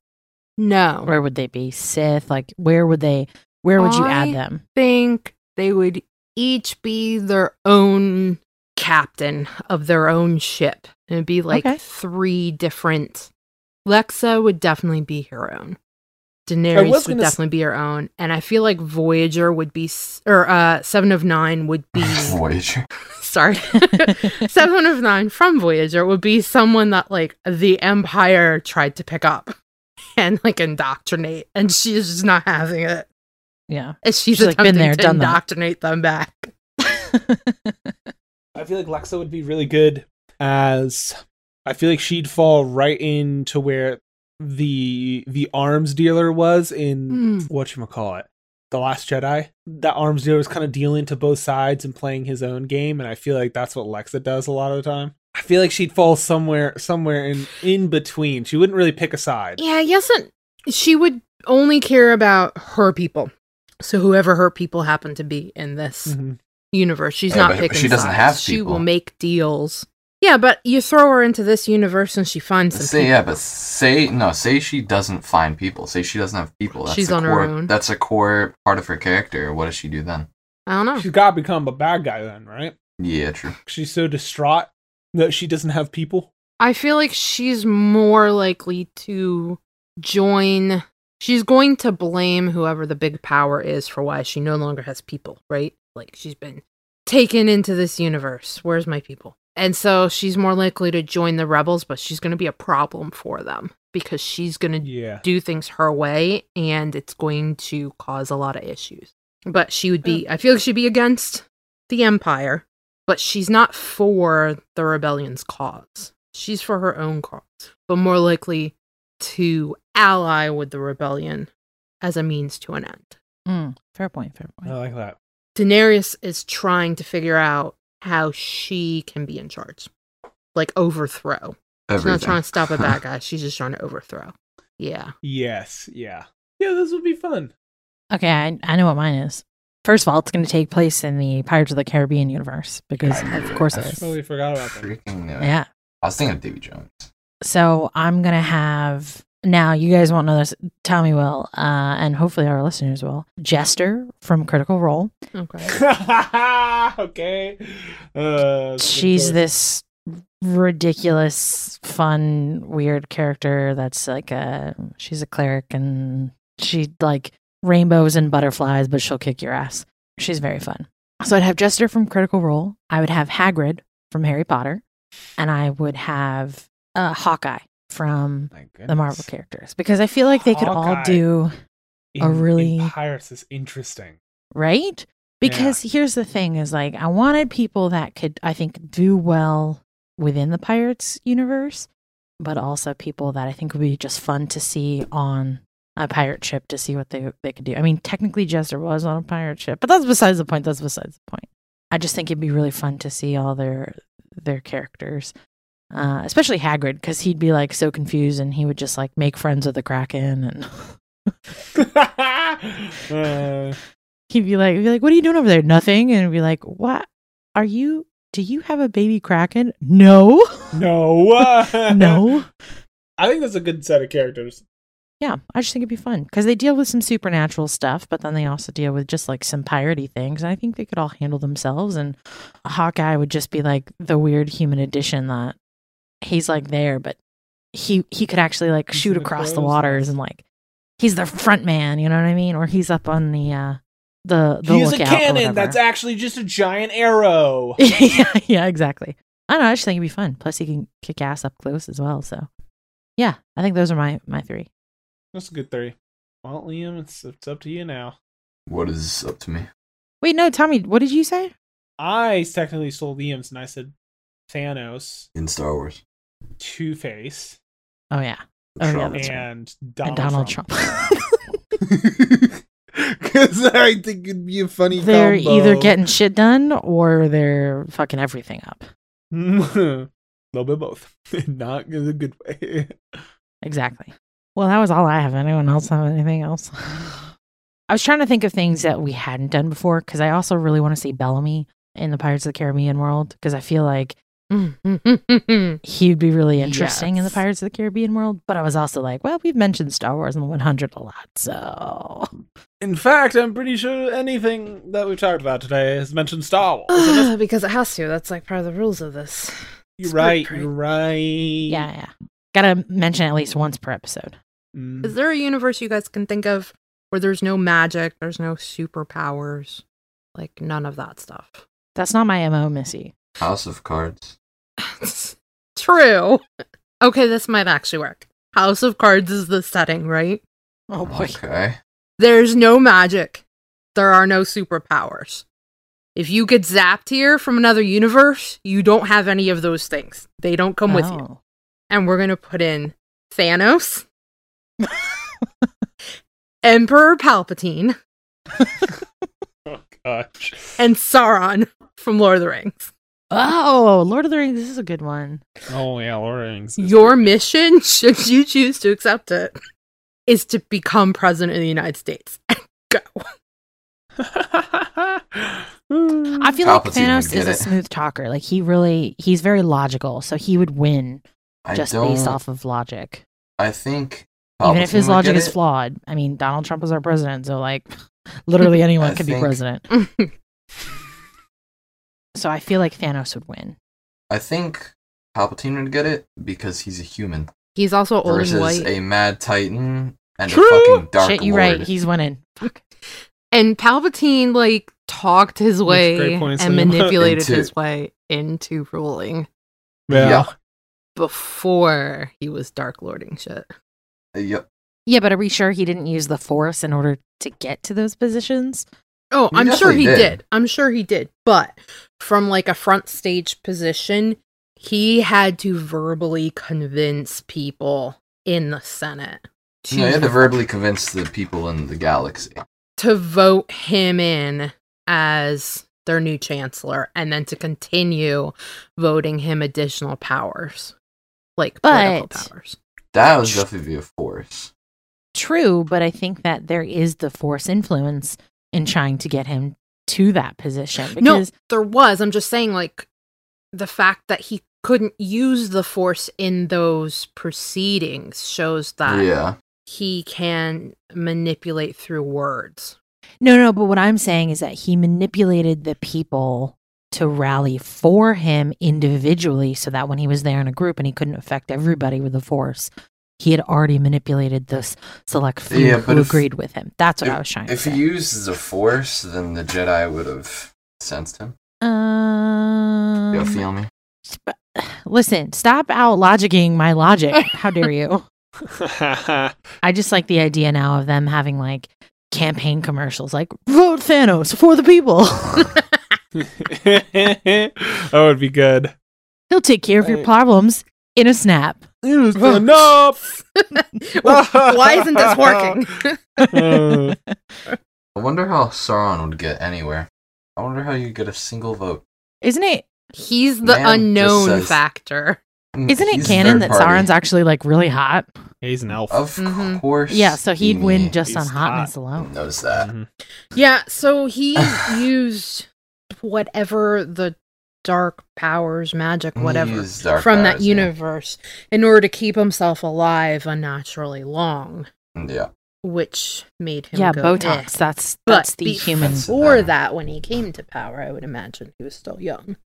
B: no
A: Where would they be? Sith? Like, where would they? Where would you
B: I-
A: add them?
B: think they would each be their own captain of their own ship and it'd be like
A: Okay.
B: three different lexa would definitely be her own daenerys
C: was
B: would
C: gonna s-
B: definitely be her own and i feel like voyager would be s- or uh seven of nine would
D: (laughs)
B: be (laughs)
D: Voyager.
B: sorry (laughs)
A: (laughs)
B: seven of nine from voyager would be someone that like the empire tried to pick up (laughs) and like indoctrinate and she's just not having it
A: (laughs) yeah.
B: as she's,
A: She's, like, been
B: attempting
A: there,
B: to
A: done that.
B: indoctrinate them back.
C: I feel like Lexa would be really good as I feel like she'd fall right into where the the arms dealer was in
B: Mm.
C: what you call it the last jedi that arms dealer was kind of dealing to both sides and playing his own game and i feel like that's what lexa does a lot of the time i feel like she'd fall somewhere somewhere in in between she wouldn't really pick a side
B: Yeah, I guess it, she would only care about her people. So whoever her people happen to be in this
A: Mm-hmm.
C: Mhm.
B: universe, she's
D: Yeah,
B: not
D: but
B: picking.
D: she doesn't
B: sides.
D: have
B: She
D: people.
B: will make deals. Yeah, but you throw her into this universe and she finds some.
D: Say
B: people.
D: yeah, but say no. Say she doesn't find people. Say she doesn't have people. That's
B: She's
D: a
B: on her
D: core,
B: own.
D: That's a core part of her character. What does she do then?
B: I don't know.
C: she's got to become a bad guy then right
D: Yeah, true.
C: she's so distraught that she doesn't have people
B: I feel like she's more likely to join. She's going to blame whoever the big power is for why she no longer has people, right? Like she's been taken into this universe. Where's my people? And so she's more likely to join the rebels, but she's going to be a problem for them because she's going to
C: yeah
B: do things her way and it's going to cause a lot of issues. But she would be, I feel like she'd be against the Empire, but she's not for the rebellion's cause. She's for her own cause, but more likely to ally with the rebellion as a means to an end.
A: Mm, fair point. Fair
C: i
A: point.
C: like that
B: Daenerys is trying to figure out how she can be in charge, like overthrow. She's not
D: Everything.
B: trying to
D: (laughs)
B: stop a bad guy, she's just trying to overthrow. Yeah.
C: Yes, yeah. Yeah, this would be fun.
A: Oh. Okay, I, I know what mine is. First of all, it's going to take place in the Pirates of the Caribbean universe because, of course, it
C: I
A: is.
C: totally forgot about that.
D: Freaking knew it.
A: Yeah.
D: I was thinking of Davy Jones.
A: So I'm gonna have now. You guys won't know this. Tommy will, uh, and hopefully our listeners will. Jester from Critical Role.
B: Okay.
C: (laughs) okay. Uh, it's a good
A: She's
C: choice.
A: this ridiculous, fun, weird character that's like a she's a cleric and she like rainbows and butterflies, but she'll kick your ass. She's very fun. So I'd have Jester from Critical Role. I would have Hagrid from Harry Potter, and I would have uh, Hawkeye from
C: Thank
A: the
C: goodness.
A: Marvel characters because I feel like they could all
C: Hawkeye.
A: do
C: In- in
A: really-
C: Pirates is interesting. (laughs)
A: right. Because here's the thing is like I wanted people that could I think do well within the Pirates universe, but also people that I think would be just fun to see on a pirate ship to see what they they could do. I mean, technically Jester was on a pirate ship, but that's besides the point. That's besides the point. I just think it'd be really fun to see all their their characters uh, especially Hagrid, because he'd be like so confused and he would just like make friends with the Kraken and (laughs)
E: Uh,
A: he'd be like, he'd be like, what are you doing over there? Nothing. And be like, what are you? Do you have a baby Kraken?
E: (laughs)
A: No,
C: (laughs)
E: no.
A: no.
E: I think that's a good set of characters.
A: Yeah, I just think it'd be fun because they deal with some supernatural stuff, but then they also deal with just like some piety things. And I think they could all handle themselves. And Hawkeye would just be like the weird human addition that he's like there, but he he could actually like
E: He's
A: shoot
E: in the
A: across the
E: crow's
A: waters and like he's their front man. You know what I mean? Or he's up on the uh the the
E: He's a
A: lookout. Or
E: cannon that's
A: whatever.
E: actually just a giant arrow.
A: (laughs) yeah, yeah, exactly. I don't know. I just think it'd be fun. Plus, he can kick ass up close as well. So, yeah, I think those are my my three.
E: That's a good three. Well, Liam, it's, it's up to you now.
D: What is up to me?
A: Wait, no, Tommy, what did you say?
E: I technically stole Liam's and I said Thanos,
D: In Star Wars.
E: Two Face,
A: Oh yeah. Oh, yeah, That's right.
E: and Donald,
A: and Donald
E: Trump.
A: Trump.
E: (laughs) Because I think it'd be a funny
A: (laughs) they're
E: combo.
A: either getting shit done or they're fucking everything up.
E: a little bit of both. (laughs) Not in a good way.
A: Exactly. Well, that was all I have. Anyone else have anything else? (sighs) I was trying to think of things that we hadn't done before because I also really want to see Bellamy in the Pirates of the Caribbean world because I feel like
B: Mm-hmm.
A: he'd be really interesting in the
B: Yes.
A: Pirates of the Caribbean world. But I was also like, well, we've mentioned Star Wars in the 100 a lot. So
E: In fact, I'm pretty sure anything that we've talked about today has mentioned Star Wars.
B: (sighs)
E: and
A: (sighs)
E: that's-
B: Ugh, because it has to. That's like part of the rules of this.
E: you're
B: Squid
E: right.
B: Prey.
E: You're right.
A: yeah, yeah. Gotta mention at least once per episode.
E: Mm.
B: Is there a universe you guys can think of where there's no magic, there's no superpowers, like none of that stuff?
A: That's not my MO, Missy.
D: House of Cards.
B: (laughs) True. Okay, this might actually work. House of Cards is the setting, right?
A: Oh boy.
D: Okay.
B: There's no magic. There are no superpowers. If you get zapped here from another universe, you don't have any of those things. They don't come with you.
A: Oh.
B: And we're going to put in Thanos, Emperor Palpatine,
E: Oh, gosh.
B: and Sauron from Lord of the Rings.
A: Oh, Lord of the Rings. This is a good one.
E: Oh, yeah, Lord of the Rings. (laughs) is
B: Your mission, (laughs) should you choose to accept it, is to become president of the United States. (laughs) Go.
A: I
E: I
A: feel like
D: Palpatine would
A: Thanos is
D: get
A: a
D: it.
A: smooth talker. Like he really, he's very logical. So he would win
D: I
A: just
D: don't,
A: based off of logic,
D: I think.
A: even if
D: Palpatine
A: his
D: would
A: logic
D: get
A: is
D: it.
A: flawed. I mean, Donald Trump was our president, so like, (laughs) literally anyone
D: I
A: could be
D: think-
A: president. So I feel like Thanos would win.
D: I think Palpatine would get it because he's a human
B: He's also old and
D: versus
B: white.
D: a mad titan and
E: True!
D: a fucking dark
A: Shit, you're
D: lord.
A: right. He's winning. Fuck.
B: and Palpatine, like, talked his way
E: great points,
B: and
E: Liam.
B: manipulated
D: Into-
B: his way into ruling
E: yeah.
B: before he was Dark Lording shit.
D: Yep.
A: Yeah, but are we sure he didn't use the Force in order to get to those positions?
B: Oh,
D: He
B: I'm sure
D: definitely
B: he
D: did.
B: did. I'm sure he did. But from like a front stage position, he had to verbally convince people in the Senate to,
D: No, he had to verbally convince the people in the galaxy.
B: to vote him in as their new chancellor and then to continue voting him additional powers. Like political
A: But-
B: powers.
D: That would definitely be a force.
A: True, but I think that there is the Force influence in trying to get him to that position. Because
B: no, there was. I'm just saying, like, the fact that he couldn't use the force in those proceedings shows that
D: Yeah.
B: he can manipulate through words.
A: No, no, but what I'm saying is that he manipulated the people to rally for him individually so that when he was there in a group and he couldn't affect everybody with the force, he had already manipulated this select few
D: Yeah, but
A: who
D: if-
A: agreed with him. That's what I was trying to
D: If he
A: say.
D: uses a force, then the Jedi would have sensed him.
A: um,
D: You feel me?
A: sp- (sighs) listen, stop out logicking my logic. (laughs) How dare you? I just like the idea now of them having like campaign commercials like vote Thanos for the (laughs) people.
E: (laughs) that would be
A: (laughs)
E: good.
A: He'll take care of your
E: Right.
A: problems in a snap.
E: It was
A: (laughs)
E: enough.
B: Why isn't this working?
E: Uh,
D: I wonder how Sauron would get anywhere. I wonder how you get a single vote.
A: Isn't it?
B: He's the
D: Man just
B: unknown
D: says-
B: factor.
A: Isn't it
D: He's
A: canon that
D: third party.
A: Sauron's actually like really hot?
C: He's an elf.
D: Of
B: Mhm.
D: course.
A: Mm-hmm. Yeah, so he'd
D: he
A: win just
C: He's
A: on hotness
C: hot.
A: alone.
D: Notice that.
C: Mhm.
B: Yeah,
D: (laughs)
B: so he used whatever the dark powers, magic, whatever
D: He's dark
B: from that
D: powers, yeah.
B: universe in order to keep himself alive unnaturally long,
D: Yeah.
B: which made him
A: Yeah,
B: go
A: Botox.
B: eh.
A: That's that's
B: But
A: the
B: be-
A: human.
D: That's-
B: Before that, when he came to power, I would imagine he was still young.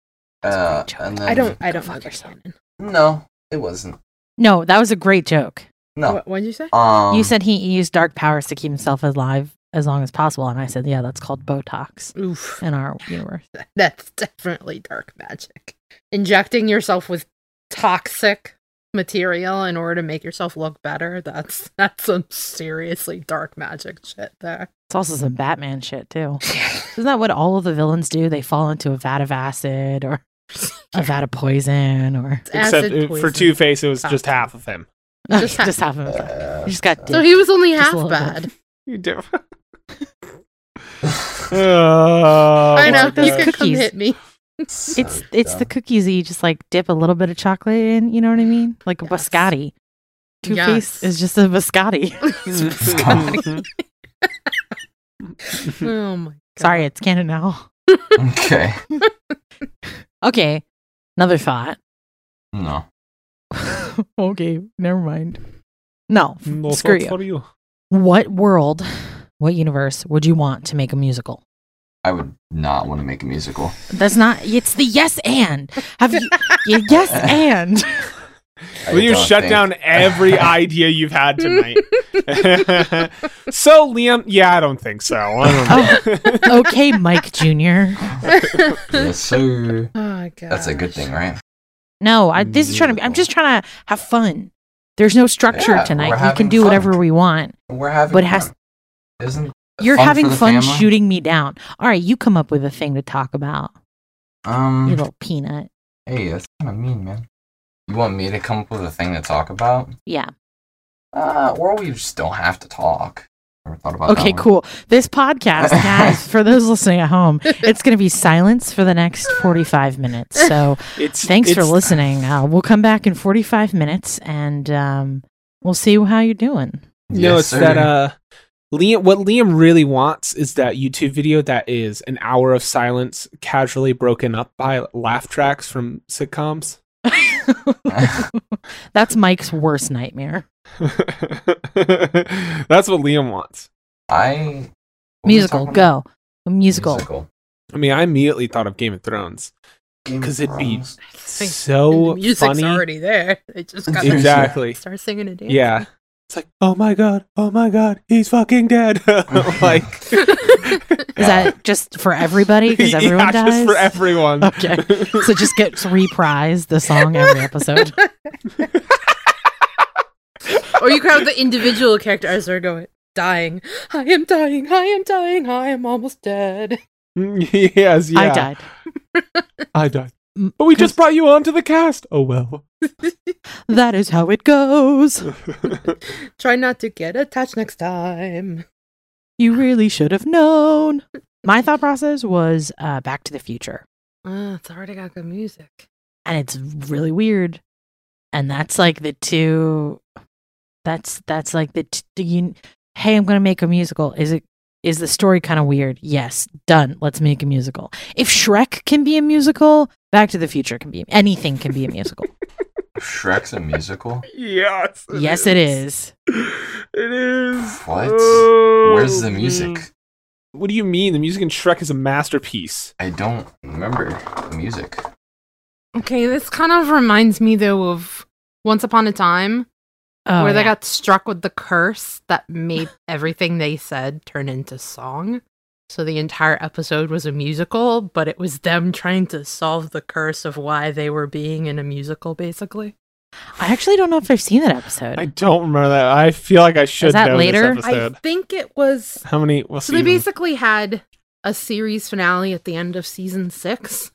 D: Uh,
A: That's a great
D: and
A: joke.
D: then,
B: I don't. I
A: Go
B: don't
A: fuck
B: know the
A: yourself.
B: canon.
D: No, it wasn't.
A: No, that was a great joke.
D: No.
B: What did you say?
D: Um,
A: you said he used dark powers to keep himself alive as long as possible, and I said, yeah, that's called Botox
B: Oof, (laughs)
A: in our universe.
B: that's definitely dark magic. Injecting yourself with toxic material in order to make yourself look better. That's (laughs) that's some seriously dark magic shit there.
A: It's also some Batman shit too. Isn't that what all of the villains do? They fall into a vat of acid or a vat of poison or
C: Except
B: Acid
C: uh, for
B: poison.
C: Two Face, it was just
B: Toxic.
C: half of him.
A: just, (laughs)
B: Just ha-
A: just have him.
D: uh, (laughs)
A: You just got
B: So he was only
A: Just a
B: half
A: little bit.
B: bad.
C: You do. (laughs) Oh,
B: I know.
A: those
B: You
C: (laughs)
B: can come
A: cookies.
B: hit me. (laughs)
A: (laughs)
D: so
A: It's it's the
D: dumb.
A: cookies that you just like dip a little bit of chocolate in. You know what I mean? Like a
B: Yes.
A: biscotti. Two Face
B: Yes.
A: is just a biscotti. (laughs)
B: Oh my. God.
A: Sorry, it's canon now.
D: okay.
A: Okay, another thought. (laughs)
D: No.
A: okay, never mind. No,
C: no
A: Screw
C: thoughts for you.
A: what world, what universe would you want to make a musical?
D: I would not want to make a musical.
A: That's not. It's the yes and. Have
D: (laughs)
A: you? y- yes and.
D: I
C: Will you
D: don't
C: shut
D: think-
C: down
D: (laughs)
C: every idea you've had tonight? (laughs) so Liam, yeah, I don't think so. I don't
A: Oh.
C: know. (laughs)
A: Okay, Mike Jr.
D: Yes, sir.
B: oh god.
D: That's a good
B: (laughs)
D: thing, right?
A: No, I, this is trying to. be I'm just trying to have fun. There's no structure
D: Yeah,
A: tonight.
D: we're
A: We can
D: having
A: do
D: fun.
A: whatever we want.
D: We're having.
A: But it has-
D: fun. Isn't
A: You're
D: fun for
A: having
D: the
A: fun
D: family?
A: shooting me down. All right, you come up with a thing to talk about, you
D: Um.
A: little peanut.
D: Hey, that's kind of mean, man. You want me to come up with a thing to talk about?
A: Yeah.
D: Uh, or we just don't have to talk. Never thought about that
A: Okay,
D: one.
A: cool. This
D: (laughs)
A: podcast, guys, for those listening at home, it's going to be silence for the next 45 minutes. So
C: it's
A: thanks for
C: it's- (laughs)
A: listening. Uh, we'll come back in 45 minutes and um, we'll see how you're doing. (laughs)
C: No,
D: Yes,
C: it's that
D: sir.
C: uh Liam what Liam really wants is that YouTube video that is an hour of silence casually broken up by laugh tracks from sitcoms.
A: uh, That's Mike's worst nightmare.
C: (laughs) That's what Liam wants.
D: (laughs) I what
A: musical,
D: were we talking about?
A: go. A musical.
C: I mean, I immediately thought of Game of Thrones.
D: Game
C: 'Cause
D: of
C: it'd be-
D: Thrones.
B: Think
C: So
B: the music's
C: funny.
B: already there. They just got to
C: exactly.
B: start singing and dancing. (laughs)
C: Yeah. It's like, "Oh my god. Oh my god. He's fucking
D: (laughs)
C: dead." (laughs) like
A: Is
C: (laughs)
A: that just for everybody? Because everyone
C: yeah,
A: dies?
C: just for everyone.
A: Okay. (laughs) so just gets reprised the song every episode.
B: Or you could have the individual character as they're going dying. I am dying. I am dying. I am almost dead.
C: (laughs) yes, (laughs) yeah.
A: I died.
C: I died.
A: Mm,
C: But we just brought you onto the cast.
A: (laughs)
C: Oh well. (laughs)
A: That is how it goes.
B: Try not to get attached next time.
A: You really should have known. My thought process was uh, Back to the Future,
B: Ah, it's already got good music.
A: and it's really weird. And that's like the two. That's that's like the t- the un- hey, I'm gonna make a musical. Is it is the story kind of weird? Yes, done. Let's make a musical. If Shrek can be a musical, Back to the Future can be anything can be a musical.
D: Shrek's a musical.
C: yes.
A: yes, it is.
C: (laughs) It is.
D: What?
C: Oh,
D: Where's the music?
C: mm. What do you mean? The music in Shrek is a masterpiece.
D: I don't remember the music.
B: Okay, this kind of reminds me though of Once Upon a Time,
A: Oh,
B: where they
A: yeah.
B: got struck with the curse that (laughs) made everything they said turn into song. So the entire episode was a musical, but it was them trying to solve the curse of why they were being in a musical, basically.
A: I actually don't know if I've seen that episode.
C: I don't remember that. I feel like I should
A: that
C: know
A: later?
C: this
B: I
C: episode.
B: think it was.
C: How many? Well,
B: So they basically had a series finale at the end of season six.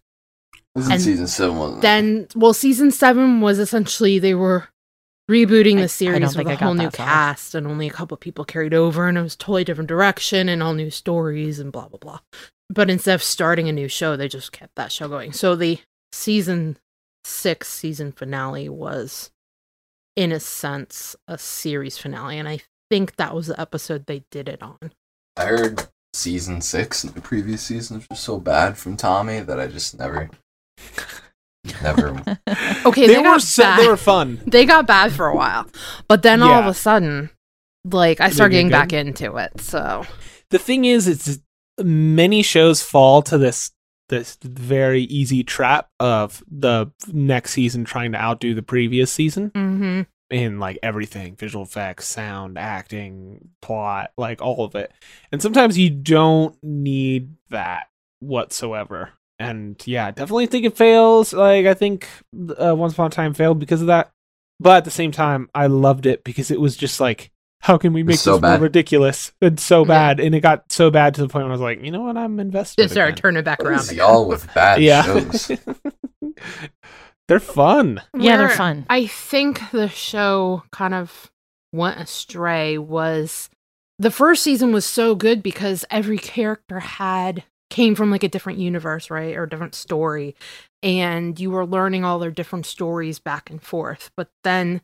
D: This is
B: And
D: season seven, wasn't it?
B: Then, well, season seven was essentially they were rebooting
A: I- I
B: the series
A: don't
B: with
A: think I
B: a
A: got
B: whole new
A: that far.
B: cast and only a couple people carried over, and it was totally different direction and all new stories and blah blah blah. But instead of starting a new show, they just kept that show going. So the season sixth season finale was, in a sense, a series finale. And I think that was the episode they did it on.
D: I heard season six and the previous seasons were so bad from Tommy that I just never, never.
B: Okay, they,
E: they, were
B: got
E: so,
B: bad.
E: they were fun.
B: they got bad for a while, but then all of
E: Yeah.
B: a sudden, like I
E: They
B: started
E: did
B: getting
E: good.
B: back into it. So
E: The thing is, it's many shows fall to this this very easy trap of the next season trying to outdo the previous season
B: mm-hmm.
E: in like everything visual effects sound acting plot like all of it and sometimes you don't need that whatsoever and yeah definitely think it fails like i think uh, once upon a time failed because of that but at the same time i loved it because it was just like how can we make
D: so
E: this
D: bad.
E: more ridiculous and so
B: Yeah.
E: bad and it got so bad to the point where i was like you know what i'm invested
B: just started
E: again.
B: turning it back
D: What
B: around.
D: is y'all with bad
B: (laughs)
D: shows? (laughs)
E: yeah (laughs) they're fun
A: yeah, they're
B: Where
A: fun.
B: I think the show kind of went astray was the first season was so good because every character had came from like a different universe, right? Or a different story. And you were learning all their different stories back and forth. But then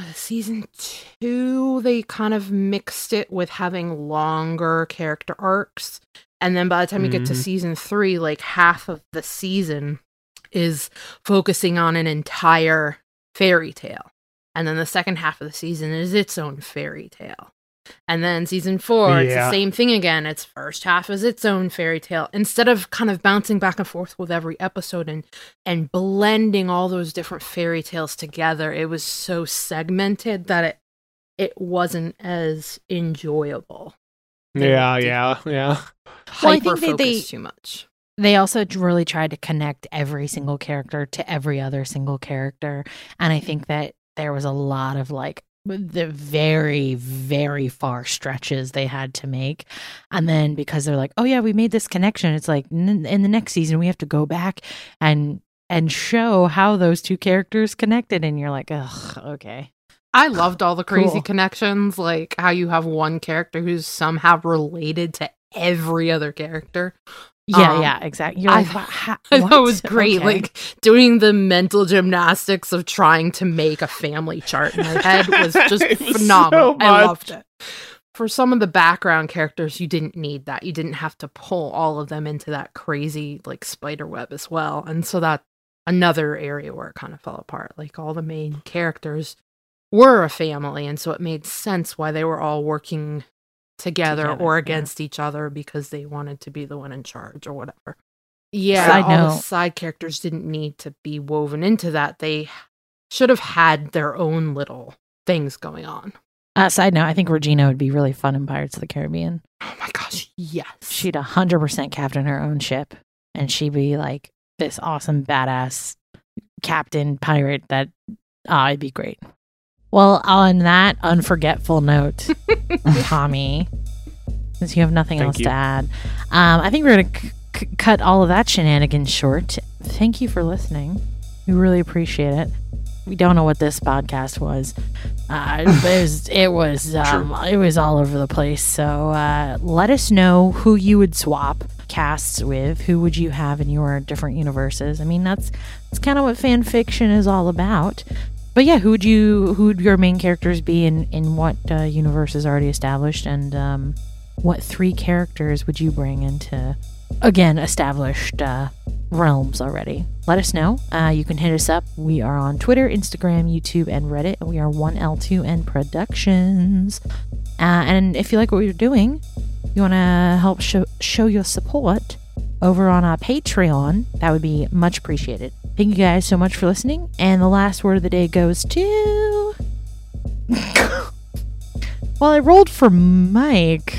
B: uh, season two, they kind of mixed it with having longer character arcs. And then by the time you get to
E: Mhm.
B: season three, like half of the season is focusing on an entire fairy tale. And then the second half of the season is its own fairy tale. And then season four, it's the
E: Yeah.
B: same thing again. Its first half is its own fairy tale. Instead of kind of bouncing back and forth with every episode and and blending all those different fairy tales together, it was so segmented that it it wasn't as enjoyable. They
E: yeah
B: did
E: yeah yeah
A: Well, I
B: Hyper
A: think
B: focused
A: that they-
B: too much.
A: they also d- really tried to connect every single character to every other single character and i think that there was a lot of like the very very far stretches they had to make and then because they're like oh yeah we made this connection it's like n- in the next season we have to go back and and show how those two characters connected and you're like ugh okay
B: I loved all the crazy
A: Cool.
B: connections, like how you have one character who's somehow related to every other character.
A: yeah
B: Um,
A: yeah exactly you're
B: I
A: like
B: th-
A: "Wha-
B: (laughs)
A: ha-
B: I thought it
A: what?"
B: was
A: (laughs)
B: great,
A: Okay.
B: like doing the mental gymnastics of trying to make a family chart in my head was just
E: It was so
B: phenomenal. I
E: much.
B: loved it. For some of the background characters, you didn't need that. You didn't have to pull all of them into that crazy like spider web as well. And so that another area where it kind of fell apart. Like all the main characters were a family, and so it made sense why they were all working together,
A: Together,
B: or
A: yeah.
B: against each other because they wanted to be the one in charge or whatever. Yeah,
A: Side
B: all the
A: note.
B: side characters didn't need to be woven into that. They should have had their own little things going on.
A: uh, side note i think regina would be really fun in pirates of the caribbean
B: Oh my gosh, yes.
A: she'd 100% captain her own ship and she'd be like this awesome badass captain pirate that ah, it'd be great well on that unforgetful note tommy since you have nothing
E: Thank
A: else
E: you.
A: to add um, i think we're gonna c- c- cut all of that shenanigans short thank you for listening we really appreciate it we don't know what this podcast was uh, it was it was um, it was all over the place. So uh, let us know who you would swap casts with. Who would you have in your different universes? I mean, that's that's kind of what fan fiction is all about. But yeah, who would you who would your main characters be in in what uh, universe is already established, and um, what three characters would you bring into again established uh, realms already. Let us know. Uh, you can hit us up. We are on Twitter, Instagram, YouTube, and Reddit, and we are 1L2N Productions. Uh, and if you like what we're doing, you want to help show, show your support over on our Patreon, that would be much appreciated. Thank you guys so much for listening. And the last word of the day goes to. (laughs) well, I rolled for Mike.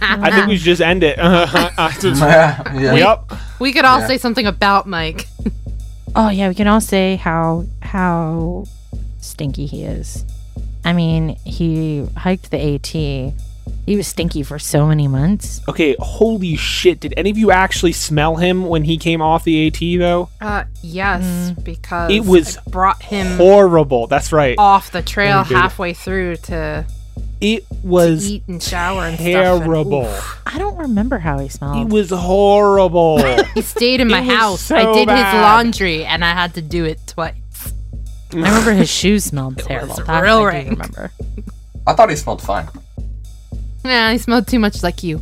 E: I think we should just end it. (laughs)
D: yeah.
E: Yup.
B: we could all
D: Yeah.
B: say something about Mike.
A: Oh yeah, we can all say how how stinky he is. I mean, he hiked the AT. He was stinky for so many months.
E: Okay, holy shit. Did any of you actually smell him when he came off the AT, though?
B: Uh, yes,
A: Mm.
B: because
E: It was
B: I brought him
E: Horrible. That's right.
B: Uh, off the trail
E: Really good.
B: halfway through to
C: It was
B: eat and shower and
C: terrible.
B: Stuff and, oof.
A: I don't remember how he smelled.
B: (laughs)
C: it was horrible.
B: he stayed in
C: (laughs)
B: my
C: It was
B: house.
C: so
B: I did
C: bad.
B: his laundry and I had to do it twice. (laughs)
A: I remember his shoes smelled terrible.
B: was
A: That
B: real
A: I do
B: rank.
A: remember.
D: I thought he smelled fine.
B: Nah, he smelled too much like you.